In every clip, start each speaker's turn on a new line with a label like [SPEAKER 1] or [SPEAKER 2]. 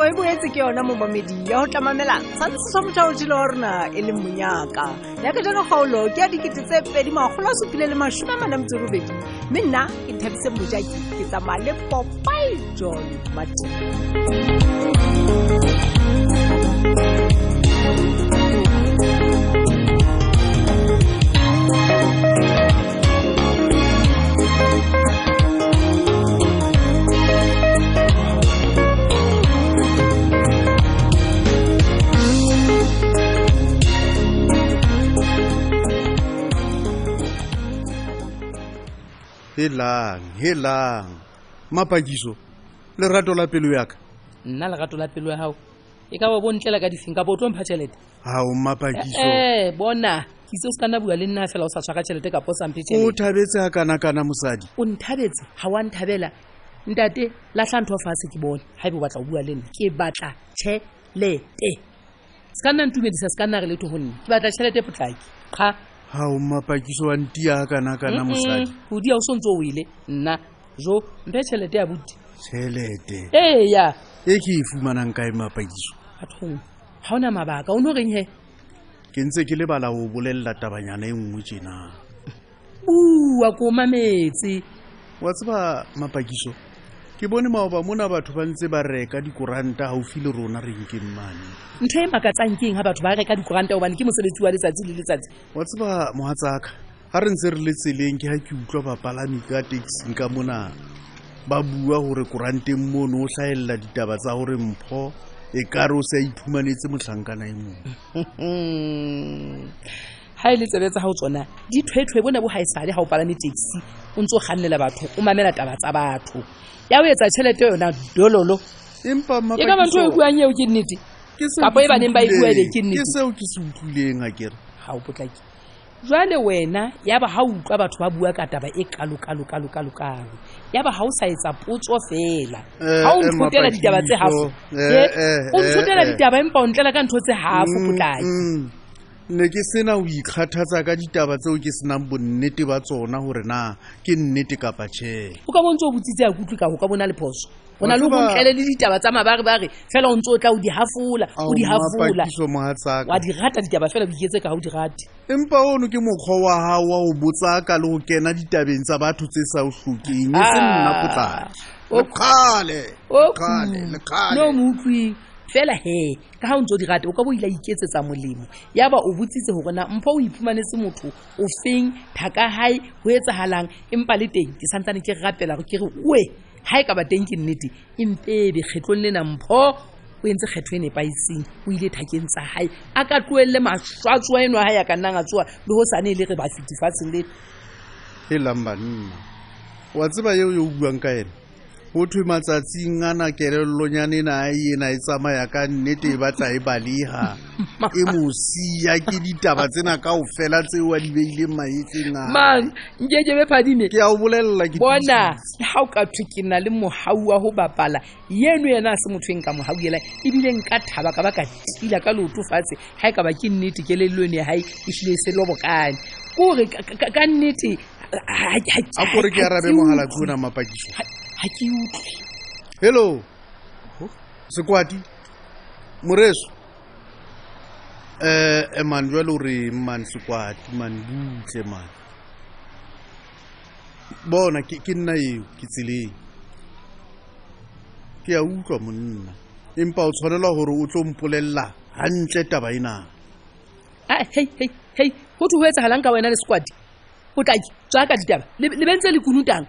[SPEAKER 1] e boetse ke yona momamedi ya ho tlamamela tshwantshiso mothaotshelo wa rona e leng monyaka nyaka jano kgaolo ke ya dikete tse pedi magolo a supile le mashome a manametse robedi mme nna ke thabise mojaki ke tsamaya le popai john matin
[SPEAKER 2] helang helang mapakiso lerato la pelo yaka
[SPEAKER 3] nna lerato la pelo ya gago e ka ba bontlela ka difeng ka bo tlo mpha tšhelete
[SPEAKER 2] ao mapakiso
[SPEAKER 3] ee bona ke itse o se ka nna bua le nna fela o sa tshwara tšhelete kapo o samphe
[SPEAKER 2] o
[SPEAKER 3] tšhelete
[SPEAKER 2] thabetse ha kana-kana mosadi
[SPEAKER 3] o nthabetse ga wa nthabela ntate latlha ntho fatshe ke bone ga ebe o batla go bua le nna ke batla tšhelete se ka nna ntumedisa se ka nna re letho go nna ke batla tšhelete potlaki ga
[SPEAKER 2] ao mapakiso wa ntia ha kana-kana mosadi
[SPEAKER 3] godi a o sontse o ile nna jo mphe tšhelete ya bodi
[SPEAKER 2] tšhelete
[SPEAKER 3] eya
[SPEAKER 2] e ke e fumanang kae mapakiso
[SPEAKER 3] bathong ga o na mabaka o ne o reng he
[SPEAKER 2] ke ntse ke lebala ho bolella tabanyana e nngwe tjena
[SPEAKER 3] bua ko mametse
[SPEAKER 2] wa tseba mapakiso ke bone maoba mona batho ba ntse ba reka dikoranta haufi le rona re nkeng mane
[SPEAKER 3] ntho e makatsang ke eng ga batho ba reka dikoranta gobane ke mosebetsi wa letsatsi le letsatsi
[SPEAKER 2] wa tseba mohatsaka ha re ntse re le tseleng ke ha ke utlwa bapalami ka taxing ka mona ba bua hore koranteng mono o hlahella ditaba tsa hore mpho e ka re o sa iphumanetse mohlankana e mong
[SPEAKER 3] ga e le tsebe tsa gao tsona di thwethwe bona bo ga e sale ga o palame taxi o ntse o kgannela batho o mamela taba tsa batho ya o etsa tšhelete yona dololo
[SPEAKER 2] empa
[SPEAKER 3] e ka ba ntho e
[SPEAKER 2] Mapakiso,
[SPEAKER 3] buang eo ke nnete
[SPEAKER 2] ke seo
[SPEAKER 3] kapo
[SPEAKER 2] ke
[SPEAKER 3] e baneng ba e
[SPEAKER 2] se
[SPEAKER 3] bua
[SPEAKER 2] utlwileng.
[SPEAKER 3] e be ke nnete.
[SPEAKER 2] Ke seo ke se utlwileng a kere
[SPEAKER 3] ga o potlake jwale wena ya ba ga utlwa batho ba bua ka taba e kalokalokalokalokalo ya ba ga o sa etsa potso fela
[SPEAKER 2] Eh,
[SPEAKER 3] ga o
[SPEAKER 2] eh,
[SPEAKER 3] nthotela ditaba tse hafo
[SPEAKER 2] Mapakiso. Eh, eh,
[SPEAKER 3] Eh, o nthotela
[SPEAKER 2] eh, eh.
[SPEAKER 3] ditaba empa o ntlela ka ntho tse hafo potlake
[SPEAKER 2] Mm, mm. ne ke sena ho ikgathatsa ka ditaba tseo ke senang bonnete ba tsona hore na ke nnete kapa tjhe
[SPEAKER 3] o ka bontse o botsitse ya kutlwi ka go ka bona le phoso o na le
[SPEAKER 2] Wa
[SPEAKER 3] go
[SPEAKER 2] tseba-
[SPEAKER 3] ntlele le ditaba tsa mabarebare fela o ntse o tla o di hafola o di hafola
[SPEAKER 2] Mapakiso, mohatsaka
[SPEAKER 3] wa di rata ditaba fela o iketse ka ga o di rate
[SPEAKER 2] empa ono ke mokgwa wa hao wa ho botsaka le ho kena ditabeng tsa batho tse sa o hlokeng e se nna
[SPEAKER 3] Ah.
[SPEAKER 2] potlana
[SPEAKER 3] O-
[SPEAKER 2] lekgale
[SPEAKER 3] O
[SPEAKER 2] lekgale
[SPEAKER 3] kudu. no
[SPEAKER 2] lekgale
[SPEAKER 3] mo utlwing fela he ka ga o ntse o di rata o ka bo ile a iketsetsa molemo ya ba o botsitse go rona mpho o iphumanetse motho o feng thaka gae go etsagalang empa le teng ke santsane ke rapela go ke re oe ga e ka ba teng ke nnete empebe kgetlong lena mpho o entse kgetho e nepaetseng o ile thakeng tsa gae a ka tloelele maswatswa eno a gae a ka nnang a tsoa le go sane e le re ba fetifatsheng le
[SPEAKER 2] e lang banna wa tseba eo yo o buang ka ena ho thwe matsatsing ana kelellonyane ena a e ena e tsamaya ka nnete e batla e baleha e mo siya ke ditaba tsena kaofela tseo a di beileng mahetleng a
[SPEAKER 3] man nkekebe phadime
[SPEAKER 2] ke a o bolella ke
[SPEAKER 3] bona ha o ka thwe ke na le mohau wa ho bapala yeno yena a se motho e nka mohauela ebile nka thaba ka ba ka tila ka leoto fatshe ha e ka ba ke nnete ke lelo ene ya hae e hlile e se lobokane kore ka ka- ka nnete ha- ha- ha-
[SPEAKER 2] a kore ke
[SPEAKER 3] ha- ha
[SPEAKER 2] arabe
[SPEAKER 3] ke
[SPEAKER 2] mohala
[SPEAKER 3] utlwe.
[SPEAKER 2] tsona mapakiso
[SPEAKER 3] Ha- ha ke utlwe
[SPEAKER 2] hello sekwati moreso eh eh, man jwale o re man sekwati man butle man bona ke ke nna eo ke tseleng ke a utlwa monna empa o tshwanela hore o tlo mpolella hantle taba ena
[SPEAKER 3] Ah, hei hei hei go thwe go etsagalang ka wena le sekwadi potlaki tswaka ditaba le le bentse le kunutang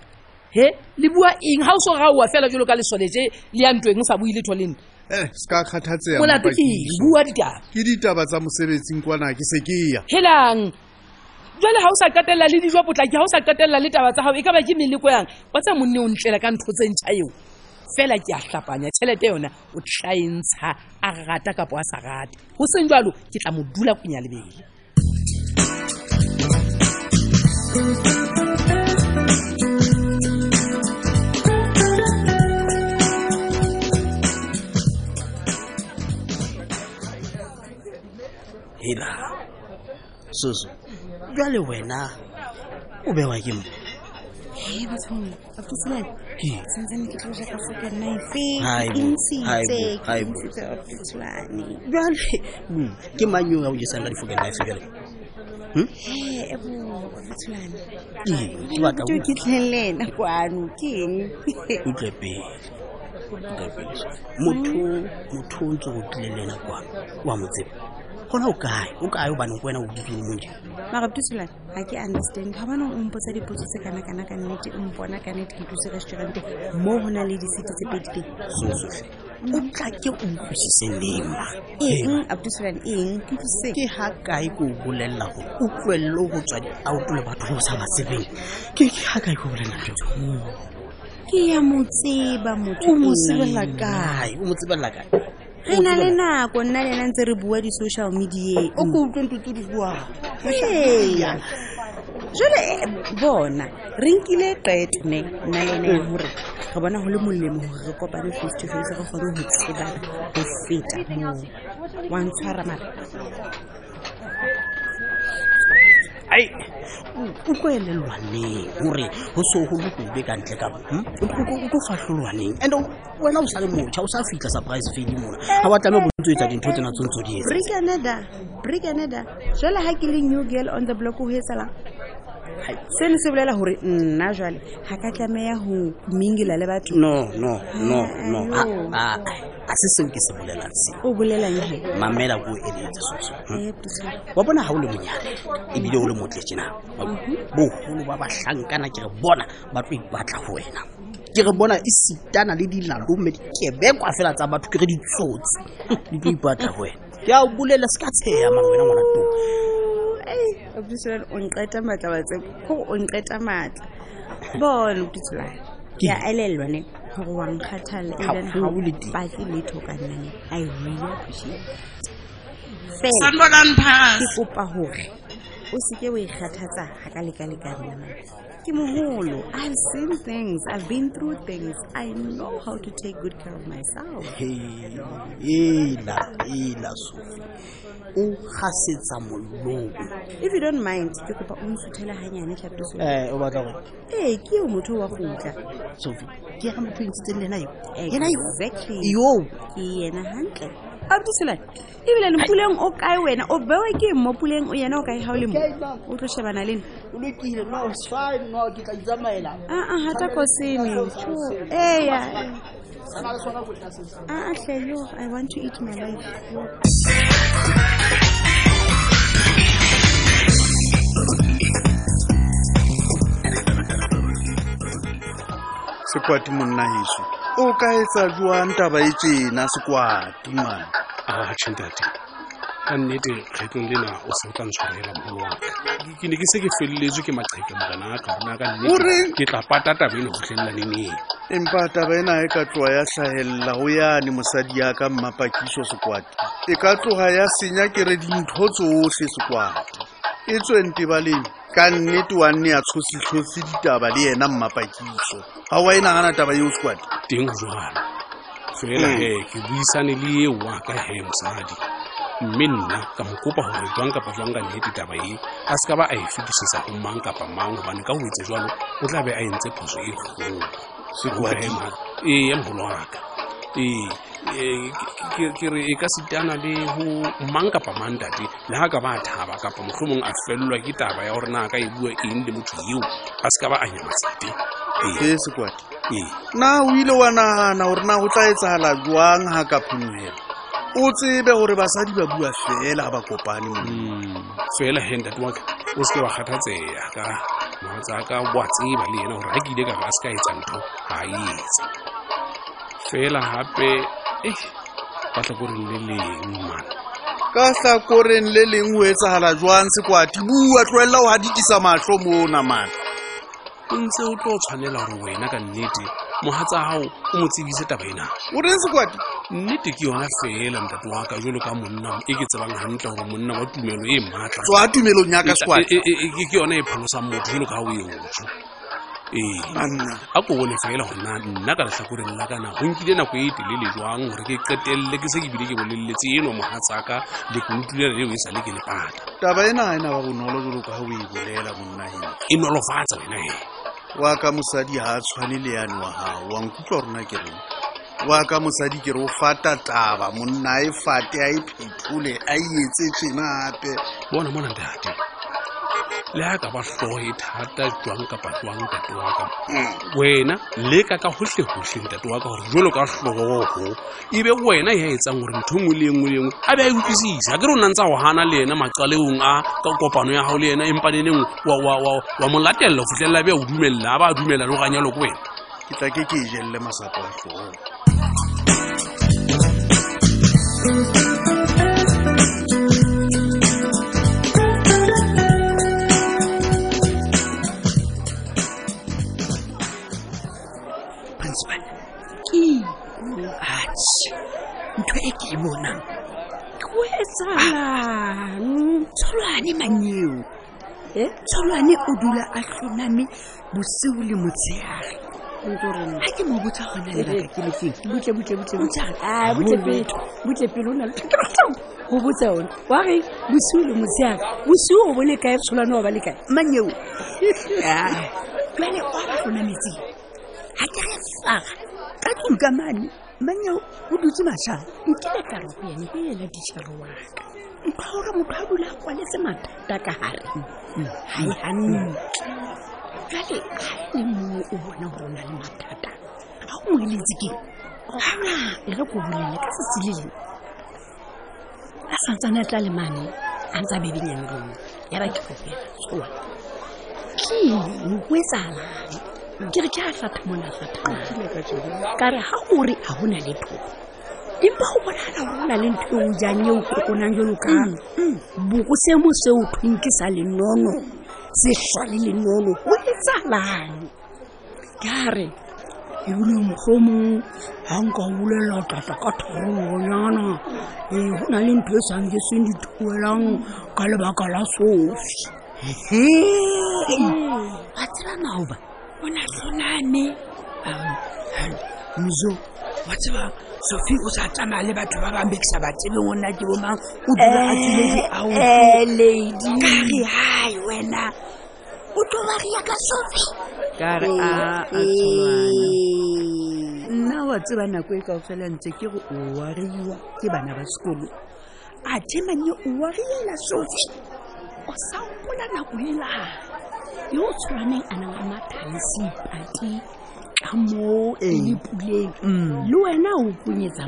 [SPEAKER 3] he le bua eng ga o so gaoa fela jalo ka lesoleje le ya ntweng o sa buile tho le nna
[SPEAKER 2] eh se ka kgathatseha
[SPEAKER 3] molato ke eng?
[SPEAKER 2] Mapakiso.
[SPEAKER 3] bua ditaba
[SPEAKER 2] ke ditaba tsa mosebetsing kwana ke se ke ya
[SPEAKER 3] helang jale ga o sa qetella le dijo potlaki ga o sa qetella le taba tsa gago e ka ba ke meleko yang wa tsa monne o ntlela ka ntho tse ntšha eo fela ke a hlapanya tšhelete yona o tlaentsha a rata kapo a sa rate go seng jalo ke tla mo dula konya lebele
[SPEAKER 4] heba soso jwale wena o bewa ke mo he bathong abutiselae
[SPEAKER 5] Ke?
[SPEAKER 4] santsane ke tloja ka foka nife
[SPEAKER 5] Hai bo, hai
[SPEAKER 4] ke
[SPEAKER 5] bo,
[SPEAKER 4] ntshitse ke
[SPEAKER 5] hai bo.
[SPEAKER 4] ntshitse abutiswane
[SPEAKER 5] jale mm, ke mang eo a o jesang ka difokenlife jale
[SPEAKER 4] he ebo abutiswane
[SPEAKER 5] Eng? Hmm? Ke batla ho
[SPEAKER 4] to e ke tlhelena kwano ke eng
[SPEAKER 5] utlwe pele utlwe pele motho motho o ntse o tlile le ena kwana wa mo tseba gona o kae o kae obane ko wena o dutile mo nje
[SPEAKER 4] mara abutiswane ga ke understand ga baneng o mpotsa dipotso tse kana-kana ka nnete o mpona ka nnete ke duse restaurante moo go na le disete tse pedi teng
[SPEAKER 5] sosotlhe o tla ke o utlwisise lema
[SPEAKER 4] eng abutiswane eng ke tloseng
[SPEAKER 5] ke ha kae ko o bolelela go o tlohelle go tswa diauto le batho ba o sa ba tsebeng ke ke ha kae ko o bolelela tso
[SPEAKER 4] ke ya mo tseba motho
[SPEAKER 5] o mo
[SPEAKER 4] eng?
[SPEAKER 5] sebelela kae o mo tsebelela kae
[SPEAKER 4] re na le nako nna le ena ntse re bua di-social mediaeng
[SPEAKER 5] o ko utlwe ntotse di buang
[SPEAKER 4] eya jale eh, bona re nkile qeto ne nna le ena ya hore re bona go le molemo gore re kopane face to face re kgone go tsebana go feta moo wa ntshwara mara
[SPEAKER 5] ai o ko elelwaneng gore go so go lokobe ka ntle ka hm? o ko- o ko fatlholwaneng and wena o sa le motšha o sa fitlha surprise fedi mona ga wa tlame bontse etsa dintho tsena tse ntse o di etsa
[SPEAKER 4] bricanada bricanada jale ga ke le new girl on the block go etsalang seno se bolela gore nna jale ga ka tlameya go mingela le batho
[SPEAKER 5] no no no no Ah,
[SPEAKER 4] Ah,
[SPEAKER 5] ah, ah, se seo ke se bolelang se
[SPEAKER 4] o bolelang he
[SPEAKER 5] mamela ko o eletsa soso hm?
[SPEAKER 4] Eh, Butiswane.
[SPEAKER 5] wa bona ga o le monyane ebile o le motle tjena bogolo ba bahlankana ke re bona ba tlo ipatla ho wena ke re bona e sitana le dilalome dikebekwa fela tsa batho ke re ditsotsi di tlo ipatla ho wena ke a o bolela se ka tsheya mang wena ngwana tong
[SPEAKER 4] obditsolane o nqeta maatla wa tsebo gore o nqeta maatla bone obditsolane ke a elelwa ne gore wa nkgathala ebane ga o
[SPEAKER 5] Haholo tee.
[SPEAKER 4] pake letho ka nnane i really appreciate fela
[SPEAKER 3] sandolan
[SPEAKER 4] ke
[SPEAKER 3] pass
[SPEAKER 4] kopa gore o seke o ikgathatsa ga ka lekalekanna ke mogolo i've seen things i've been through things i know how to take good care of myself
[SPEAKER 5] Hei, ela ela sofi o gasetsa mollong
[SPEAKER 4] if you don't mind ke kopa o nsuthele ganyane tlhabdisolane
[SPEAKER 5] um o batla gore
[SPEAKER 4] ee ke yo motho wa gotla
[SPEAKER 5] sofi ke ya motho e ntshitseng le ena eo ena eo
[SPEAKER 4] exactly
[SPEAKER 5] yo
[SPEAKER 4] ke yena hantle abdisolane ebile le puleng o kae wena o bewa ke eng mo puleng o yena o kae ga o le mo o tlo shebana le nna Ah,
[SPEAKER 5] o lekile no it's fine no ke tla itsamaela
[SPEAKER 4] aa gata kosene eya Ah, aa tlhelo i want to eat my life Yo.
[SPEAKER 2] sekwati monna heso o ka etsa jwang taba e tjena sekwati ngwana
[SPEAKER 6] atšhe ntate ka nnete kgetong lena o sa tla ntshwarela mogolo waka ke ne ke se ke feleletswe ke maqheka mokanaka gonaka
[SPEAKER 2] O reng?
[SPEAKER 6] ke tla pata tabeno gotlhelelaneng eo
[SPEAKER 2] empa taba ena e ka tloga ya tlhagella ho yane mosadi ya ka mmapakiso sekwati e ka tloga ya senya kere dintho tsohle sekwati e tsweng tebaleng ka nnete wa nne ya tshositlhotse ditaba le yena mmapakiso ga wa e nagana taba eo sekwati
[SPEAKER 6] teng jalo fela
[SPEAKER 2] Mm.
[SPEAKER 6] he ke buisane le eo waka he mosadi mme nna ka mo kopa gore jwang kapa jwang ka nnete taba e a se ka ba a e fetisetsa go mang kapa mang gobane ka ho etse jalo o tla be a entse phoso e kgolo e,
[SPEAKER 2] Sekwadi.
[SPEAKER 6] ee mogolo waka ee eh, E, ke- ke- ke re e ka sitana le ho mang kapa mang tate le ha ka ba a thaba kapa mohlomong a fellwa ke taba ya gore na a ka e bua eng le motho eo a se ka ba a nyamatsete
[SPEAKER 2] e
[SPEAKER 6] ee
[SPEAKER 2] sekwati
[SPEAKER 6] ee
[SPEAKER 2] na o ile wa nagana gore na go tla etsahala jwang ga ka phonogela o tsebe gore basadi ba bua fela ga ba kopane monna
[SPEAKER 6] Mm, fela hendat waka o seke wa kgathatseya ka mogatsa ka wa tseba le yena gore ga ke ile ka ba a se ka etsa ntho ga a etsa fela gape e batlhakoreng le leng mana
[SPEAKER 2] ka hlakoreng le leng ho etsahala jwang sekwati bua tlohella ho hadikisa mahlo mona mana
[SPEAKER 6] o ntse o tlo tshwanela gore wena ka nnete mogatsa gago o mo tsebise taba ena
[SPEAKER 2] o reng sekwati
[SPEAKER 6] nnete ke yona fela ntate wa ka jalo ka monna e ke tsebang gantle gore monna wa tumelo e maatla
[SPEAKER 2] tswa tumelong ya ka sekwati
[SPEAKER 6] E- e- e- e- ke yona e pholosang motho jalo ka ha o e otso ee
[SPEAKER 2] banna
[SPEAKER 6] a ko bone fela gona nna ka letlhakoreng la kana go nkile nako e telele jwang gore ke qetelele ke se ke bile ke boleletse enwa mogatsaka le ko utlwilela leo e sale ke lepata
[SPEAKER 2] taba ena ga ena ba bonolo jolo ka ha o e bolela monna heno
[SPEAKER 6] e nolofatsa wena e
[SPEAKER 2] wa ka mosadi ha a tshwane le yane wa gago wa nkutlwa rona ke reng wa ka mosadi ke re o fata taba monna a e fate a e phethole a e etse tjena gape
[SPEAKER 6] bona mona ntate le ha ka ba hlohe thata jwang kapa jwang ntate wa ka wena leka ka hohle-hohle ntate wa ka gore jwalo ka hlooho ebe wena ya etsang gore ntho ngwe le engwe le engwe a be a e utlwisisa ke re o na ntse a go gana le ena maqaleong a ka kopano ya gago le ena empa neneng wa- wa wa- wa mo latelela ho fitlhelela be a o dumelela a ba a dumela le go ganyalo ke wena
[SPEAKER 2] ke tla ke ke e jelele masapo a tlhogo
[SPEAKER 7] principal atšhe ntho e ke e bonang
[SPEAKER 3] go etsalang tsholwane manyeo e tsholwane o dula a tlhoname bosiu le motshegare ga ke mo botsa gona lebaka Eh, ke lefeng ah, butlepele o na le ke batla go botsa one wa re bosiu le motshegare bosiu o bone kae tsholwane wa ba le kae manyeo jale o a ba tlhonametseng ga ke re fara ka tlong ka mane manyeo o dutse mašang nkile karo go yane go ela ditšhero waka ntlha gore motho a dula a kwaletse mathata ka gare ga e gantle jale ga e le mongwe o bona gore o na le mathata ga o moeletse ke gana e re ko bolele ka seseleleng a santsane a tla le mane a ntse a bebenyane lone ya ba ke kopela tsoa keng o etsalang ke re ke a fatha mona fathaa ka re ga ore ga go na le e thobo empa go bonagala gore o na le ntho eo jang eo kokonang jalo ka boko seemo seo thweng ke sa lenono seswa le lenono go etsalang ka re ebile motlhomong ga nka bolelela tlatla ka thorolonyana ee go na le ntho e sang ke seng dithuelang ka lebaka la sofi wa tseba maoba o na tlhoname miso wa tseba sofi o sa tsamaya le batho ba bangwe ke sa ba tsebeng o nna ke bomang o dula a tsile eh, diaokare hai wena o tlo baria ka sofi
[SPEAKER 4] kare
[SPEAKER 3] Eh,
[SPEAKER 4] a a tshwana
[SPEAKER 3] nna wa tseba nako e kao fela ntse ke go o wariwa ke bana ba sekolo a temanye o wariela sofi o sa gopola nako elang yo o tshwaneng a nang a mathansepati ka moo e le puleng le wena o konyetsa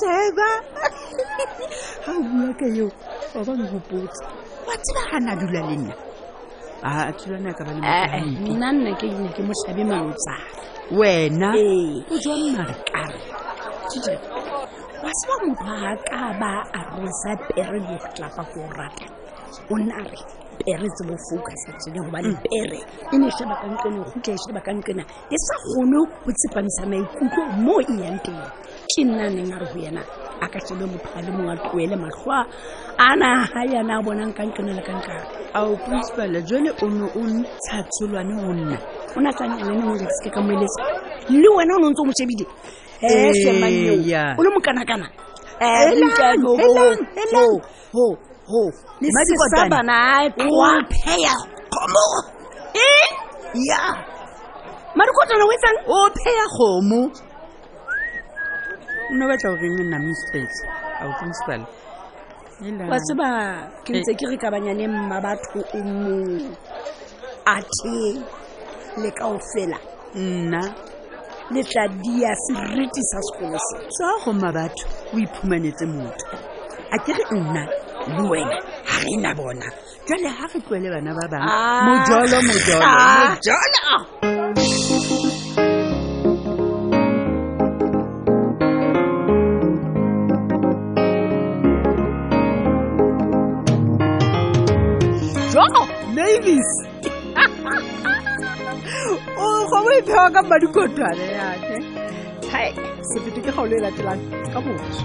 [SPEAKER 3] seba ga o bua ka eo wa ba mogopotsa wa tseba ga na dula le nna
[SPEAKER 4] Ah, a thulana ka ba le
[SPEAKER 3] Eh, eh,
[SPEAKER 4] mokampi
[SPEAKER 3] nna nna ke ne ke mosabe malotsana
[SPEAKER 4] wena
[SPEAKER 3] o jwa mmare kare tite wa seba motho ga ka ba a rosa pere le tlapa ko o rata o nna re pere tse bo focus tsene gobane
[SPEAKER 4] Mm.
[SPEAKER 3] pere e ne e sheba ka ntlena e gutla e sheba ka ntlena e sa kgone go tsepamisa maikutlo mo e yang teng ke nna neng a re go yena a ka shebe motho a le mongwe a tloele matlhoa a na ga yana a bonang ka ntlena le ka nkare
[SPEAKER 4] ao principala jone o ne o ntsha tsholwane go nna
[SPEAKER 3] o ne a tla nyalane mo jakseke ka moeletsa le wena o ne o ntse o mo shebile
[SPEAKER 4] Eh,
[SPEAKER 3] esemanneo
[SPEAKER 4] ya.
[SPEAKER 3] o le mokanakana Eh,
[SPEAKER 4] Helang, helang, helang.
[SPEAKER 3] Oh. le eh,
[SPEAKER 4] Madikotane.
[SPEAKER 3] sesa bana tloa pheya kgomo e ya madikotana o etsang
[SPEAKER 4] o pheya kgomo o ne o batla go reng nna mistress ao principal Helang.
[SPEAKER 3] wa tseba ke ntse ke re ka banyane mma batho o mong athe le kao fela
[SPEAKER 4] nna
[SPEAKER 3] le tla dia seriti sa sekolo se
[SPEAKER 4] sa goma batho o iphumanetse motho a ke re nna le wena ga re na bona jale ga re tloele bana ba bangwe
[SPEAKER 3] Ah.
[SPEAKER 4] mojolo mojolo mojolo
[SPEAKER 1] jo mavis o kgomo e phewa ka madikotwane yake hai sepete ke kgaolo e latelang ka moso